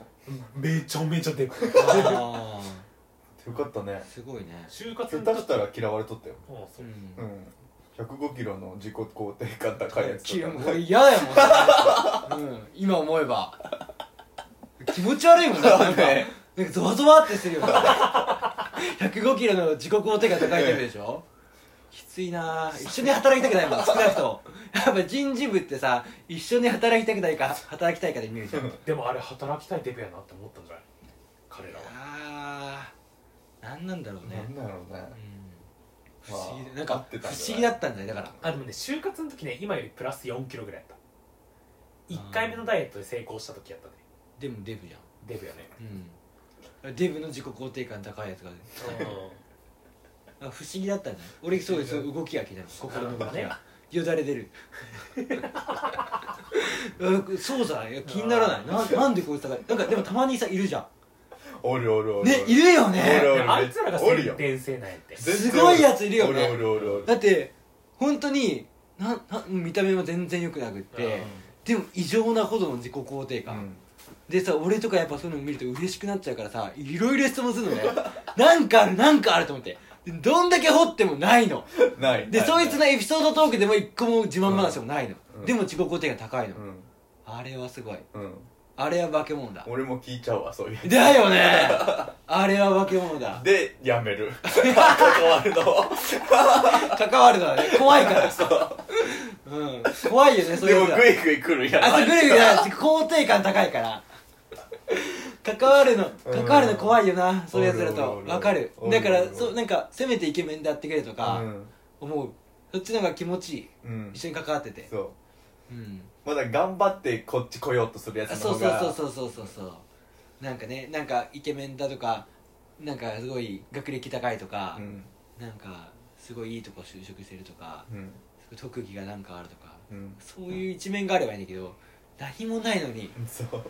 S3: めちゃめちゃでかい
S2: あ
S4: よかったね
S2: あすごいね
S3: 就活
S4: 下
S3: の
S4: 手
S3: 時
S4: したら嫌われとったよ
S3: うんそううん
S4: うん105キロの自己肯定感高いやつ
S2: き
S4: とか
S2: 俺嫌だもん、うん、今思えば気持ち悪いもんななんか
S4: ね
S2: なんかゾワゾワってするよね105キロの自己肯定感高いタイプでしょきついなぁ一緒に働きたくないもん少なくともやっぱ人事部ってさ一緒に働きたくないか働きたいかで見るじゃん
S3: でもあれ働きたいデブやなって思ったんじゃない彼らは
S2: あ何なんだろうね
S4: なんだろう
S2: う
S4: ね
S2: ん不思議
S4: ま
S2: で
S4: あ
S2: なんか
S4: 合ってたん
S2: 不
S4: じゃない
S2: 思議だったんだよだから
S3: あでもね就活の時ね今よりプラス4キロぐらいやった1回目のダイエットで成功した時やったね
S2: でもデブじゃん
S3: デブよね
S2: うんデブの自己肯定感高いやつがね
S3: う
S2: あ不思議だったんだよ俺そうです動きが気になる心の動き
S3: なるほどね
S2: がよだれ出る (laughs) うんそうだいや気にならないななんでこいつ高いなんかでもたまにさいるじゃ
S4: おるおるお
S2: ん
S4: る
S2: ねいるよ
S4: おるお
S2: ね
S4: る
S3: んあいつらが
S4: おるよ
S3: 先天性なんやって
S4: 全然おる
S2: すごいやついるよね
S4: おるおるおるおる
S2: だって本当になんなん見た目も全然良くなくってでも異常なほどの自己肯定
S4: う
S2: 感、
S4: ん
S2: でさ俺とかやっぱそういうの見ると嬉しくなっちゃうからさいろいろ質問するのねなんかあるなんかあると思ってでどんだけ掘ってもないの
S4: ない
S2: で
S4: ない
S2: そいつのエピソードトークでも一個も自慢話もないの、
S4: うんうん
S2: でも自己肯定が高いの、
S4: うん
S2: あれはすごい
S4: うん
S2: あれは化け物だ
S4: 俺も聞いちゃうわそういう
S2: だよねあれは化け物だ
S4: でやめる関わるの
S2: 関わるのはね怖いからうん怖いよねそう
S4: で
S2: いう
S4: も
S2: のが
S4: グイグイ来るやん
S2: あそうグリグリだ肯定感高いから関わるの
S4: う
S2: 関
S4: ん
S2: わるの怖いよなそういうやつら
S4: おるおる
S2: と
S4: おる
S2: 分かる
S4: おるお
S2: だ
S4: る
S2: からそうなんかせめてイケメンでやってくれとか
S4: うん
S2: 思うそっちの方が気持ちいい
S4: うん
S2: 一緒に関わってて
S4: そう
S2: うん
S4: まだ頑張ってこっち来ようとするや
S2: あ
S4: つの
S2: そう
S4: 方
S2: そう
S4: が
S2: そうそうそうそうそうなんかねなんかイケメンだとかなんかすごい学歴高いとか、
S4: うん
S2: なんかすごいいいとこ就職してるとか
S4: うん
S2: 特技がなんかあるとか
S4: うん
S2: そういう一面があればいいんだけど何もないのに
S4: そう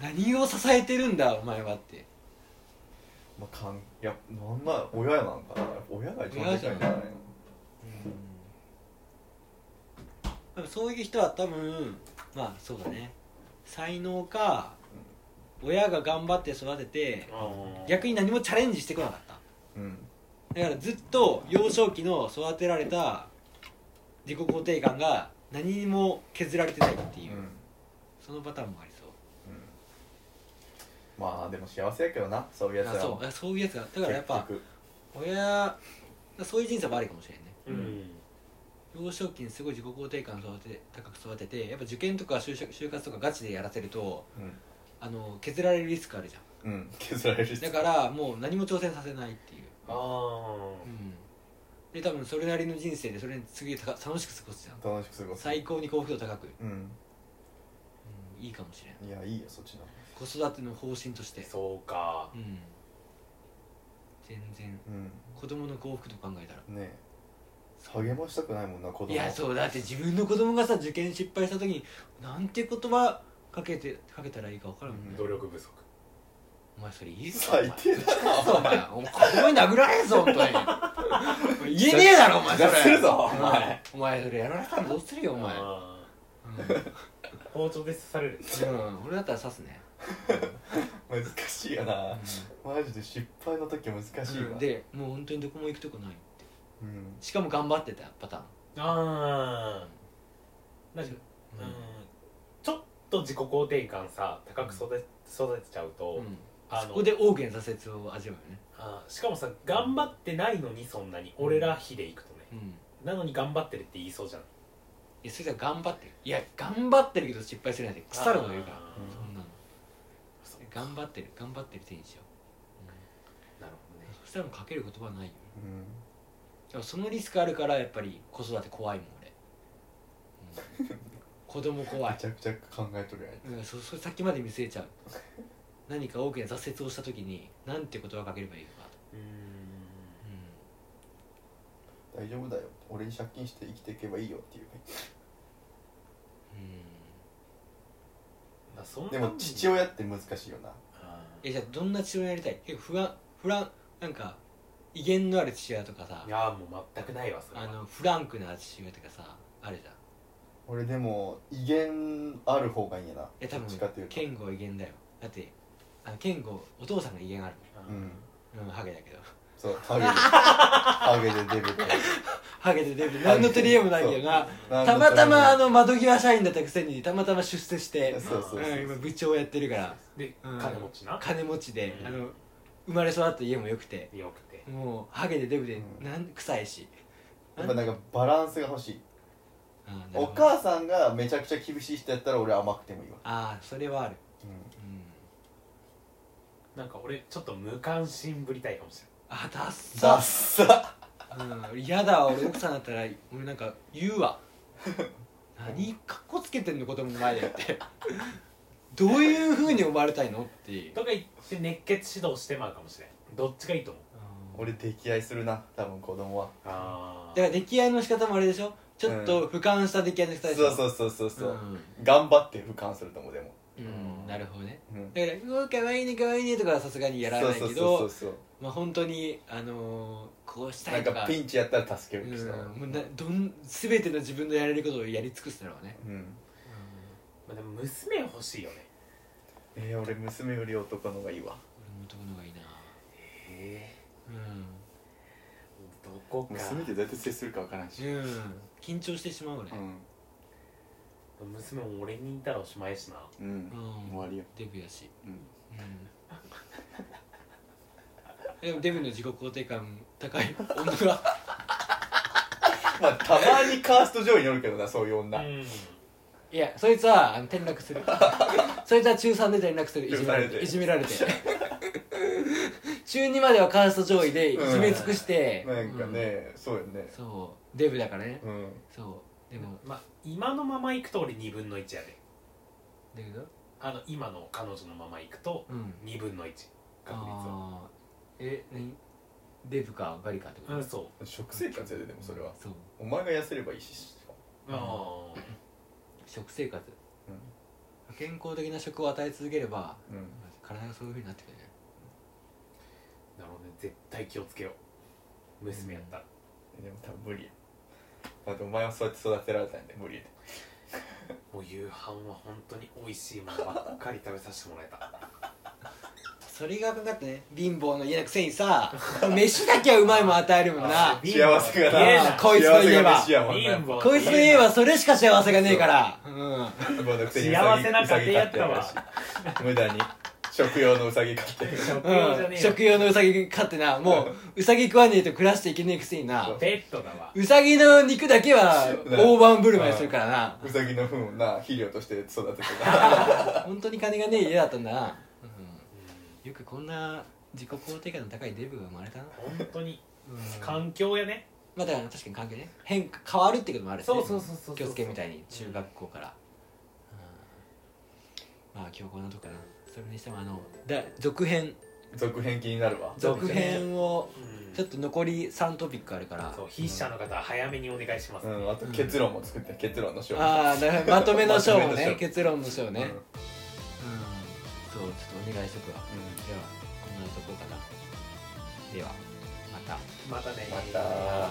S2: 何を支えてるんだお前はって
S4: まあかんいやなんだ親なんかなやっぱ親が一番でかいんじゃないの
S2: でもそういう人は多分まあそうだね才能か親が頑張って育てて逆に何もチャレンジしてこなかった
S4: うん
S2: だからずっと幼少期の育てられた自己肯定感が何にも削られてないって
S4: う
S2: いう、
S4: ん
S2: そのパターンもありそう
S4: まあでも幸せやけどなそういうやつ
S2: あ
S4: ら
S2: そうあそういうやつがだからやっぱ
S4: 結局
S2: 親そういう人生もありかもしれんね
S3: うん
S2: 幼少期にすごい自己肯定感を育て高く育ててやっぱ受験とか就職就活とかガチでやらせると
S4: うん
S2: あの削られるリスクあるじゃん
S4: うん削られる
S2: だからもう何も挑戦させないっていう、
S3: ああ
S2: うん、で多分それなりの人生でそれに次楽しく過ごすじゃん
S4: 楽しく過ごす
S2: 最高に幸福度高く、
S4: うん
S2: うん、いいかもしれん
S4: いやいいよそっちの
S2: 子育ての方針として
S3: そうか
S2: うん全然
S4: う
S2: 子供の幸福度考えたら
S4: んねえ励ましたくないもんな子供
S2: いやそうだって自分の子供がさ受験失敗した時になんて言葉かけてかけたらいいか分からんもんね
S3: 努力不足
S2: お前それいいっすかお
S4: 最
S2: 前
S4: 低だ
S2: そうお前お前子供に殴られんぞ本当に言えねえだろお前それ
S4: 出せるぞお前
S2: お前それやられたらどうするよお前
S3: あ
S2: う
S3: ー包丁で刺される
S2: ん、うん俺だったら刺すね、
S4: 難しいよなマジで失敗の時難しいわ
S2: でもう本当にどこも行くとこない
S4: うん
S2: しかも頑張ってたパターン
S3: ああなんかうんちょっと自己肯定感さ高く育て育てちゃうと、
S2: うん
S3: あの
S2: そこで大きな挫折を味わうよね
S3: あーしかもさ頑張ってないのにそんなに俺ら比でいくとね
S2: うん
S3: なのに頑張ってるって言いそうじゃん
S2: いやそれじゃ頑張ってるいや頑張ってるけど失敗するなんて腐るのがいるから
S3: あ
S4: うん
S2: そんなの
S3: そう
S2: 頑張ってる頑張ってる手にしよう、
S3: ーなるほどね
S2: うんそしたらもうかける言葉ないよ
S4: うん
S2: でもそのリスクあるからやっぱり子育て怖いもん俺、 (laughs) うん子供怖
S4: め
S2: い、
S4: ちゃくちゃ考えとるやん
S2: うん、そそれ先まで見据えちゃう何か大きな挫折をした時になんて言葉かければいいのか、
S3: うー
S2: う
S3: ん
S4: 大丈夫だよ俺に借金して生きていけばいいよっていうん
S2: うん、
S3: だそんな
S4: でも父親って難しいよな
S3: あー
S2: えじゃあどんな父親やりたい結構不安不安なんか威厳のある父親とかさ
S3: いやーもう全くないわそれは
S2: あのフランクな父親とかさあるじゃん
S4: 俺でも威厳ある方がいいんやな
S2: え多
S4: どっちかってい
S2: 分
S4: うと
S2: 健吾威厳だよだってあの健吾お父さんが威厳ある
S3: あー
S4: うん
S2: うんハゲだけど (laughs)
S4: そうハゲでハゲでデブで
S2: ハゲでデブ何の取り柄もないけどな
S4: なんか
S2: たまたまあの窓際社員だったくせにたまたま出世して
S4: そうそうそう
S2: うん今部長をやってるから
S3: で
S2: うん
S3: 金持ちな
S2: 金持ちで
S3: うん
S2: あの生まれ育った家も良くて
S3: よくて
S2: もうハゲでデブで
S4: うん
S2: なん臭いし
S4: やっぱなんかバランスが欲しい
S2: あーなるほ
S4: お
S2: ど
S4: 母さんがめちゃくちゃ厳しい人やったら俺甘くてもいいわ
S2: ああそれはある
S4: うん
S2: うん
S3: なんか俺ちょっと無関心ぶりたいかもしれない
S2: あダッサ
S4: ダッサ
S2: うん嫌だ俺奥さんだったら俺なんか言
S4: (laughs)
S2: うわ何かっこつけてんの子供の前でってどういうふうに思われたいのっていう
S3: とか言って熱血指導してまうかもしれんどっちがいいと思う
S4: 俺溺愛するな多分子供は
S3: あ
S2: だ
S3: ー
S2: から出来合いの仕方もあれでしょちょっと俯瞰した出来合いの仕方
S4: そう
S2: でしょ
S4: そうそうそうそう、
S2: ん
S4: 頑張って俯瞰すると思うでも、
S2: うんなるほどね
S4: うん、
S2: だから「うわかわいいねかわいいね」とかはさすがにやらないけ
S4: そうそうそう
S2: ど
S4: そう
S2: まあ本当にあのーこうし
S4: そう
S2: た
S4: ないん
S2: と
S4: か
S2: か
S4: ピンチやったら助
S2: う
S4: けるしな、
S2: んもうなどん全ての自分のやれることをやり尽くすだろうね
S4: うん
S3: まあでも娘欲しいよね
S4: えー、俺娘より男の方がいいわ
S2: 俺も男の方がいいな
S3: え
S2: うん
S3: えどこか
S4: 娘ってどうやって接するか分からんし、
S2: うん緊張してしまうね
S4: う
S3: 娘も俺にいたらおしまいやしなん
S4: うん
S2: う、ん
S4: 終わりよ、
S2: デブやし
S4: うん、
S2: うんでもデブの自己肯定感高い女が
S4: まあたまにカースト上位におるけどなそういう女、
S3: うん
S2: いやそいつはあの転落するそいつは中3で転落するいじめられてい
S4: い
S2: じ
S4: じ
S2: められて中2まではカースト上位でいじめ尽くして、
S4: なんかね、そうよね
S2: うんそうデブだからね
S4: うん
S2: そうでも
S3: まあ今のまま行くと俺2分の1やで
S2: だけど
S3: あの今の彼女のまま行くと
S2: うん
S3: 2分の1確率は
S2: あーえ何デブかバリかってこと、
S3: うんそう
S4: 食生活やででもそれは
S2: そう
S4: お前が痩せればいいし
S3: あ
S2: 食生活健康的な食を与え続ければ
S4: うん、うん、
S2: 体がそういうふうになってくるね
S3: あなるほどね絶対気をつけよう娘やったら
S4: でも多分無理やだってお前はそうやって育てられたんで無理やで
S3: もう夕飯は本当に美味しいものばっかり食べさせてもらえた
S2: それがかかってね貧乏の家なくせに (laughs) さ飯だけはうまいもん与えるもんな
S4: 幸せが
S3: 言え
S4: な
S3: な
S2: こいつの家は
S4: 幸せが飯やもんな
S3: 乏
S2: こいつの家はそれしか幸せがねえからうん
S4: 貧乏なくせに
S3: 幸せな家庭やったわ
S4: うさぎ飼ってるらしい無駄に食用のウサギ買ってる
S3: (laughs) 食用じゃ
S2: う
S3: ね
S2: ん
S3: えよ
S2: 食用のウサギ飼ってなもうウサギ食わねえと暮らしていけねえくせに
S4: そ
S2: な
S4: う
S3: ペットだわ
S2: ウサギの肉だけは大盤振る舞いするからな
S4: ウサギの糞をな肥料として育ててた
S2: 本当に金がねえ家だったんだな、うん、よくこんな自己肯定感の高いデブが生まれたな、
S3: 本当に
S2: うん
S3: 環境やね
S2: まあだから確かに関係ね変化変わるってこともあるし、ね、
S3: そうそうそうそう
S2: 気をつけみたいに中学校から、うんまあ今日こんなとこかなそれにしてもあのだ続編
S4: 続編気になるわ
S2: 続編を
S3: うん
S2: ちょっと残り3トピックあるから
S3: そう筆者の方は早めにお願いします
S4: う
S3: ね
S4: んあと結論も作って結論の章
S2: ああなるほどまとめの章を
S4: まとめの
S2: ね
S4: 章
S2: 結論の章ね、うん
S4: うん
S2: そうちょっとお願いしとくわではこんなとこかなではまた
S3: またね
S4: また
S2: はー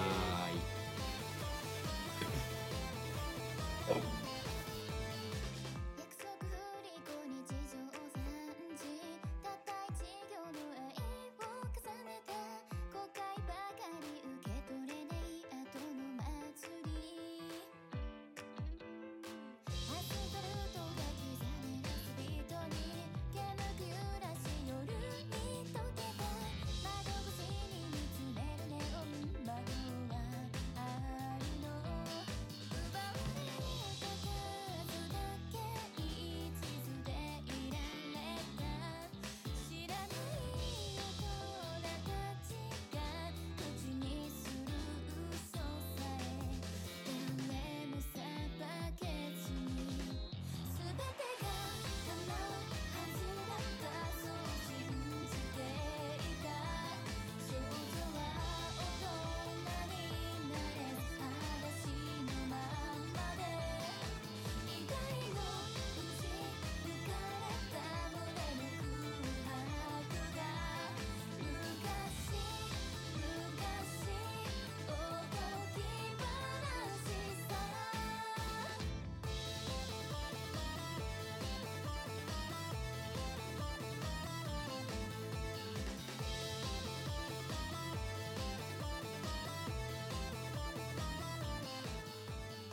S2: い
S4: うん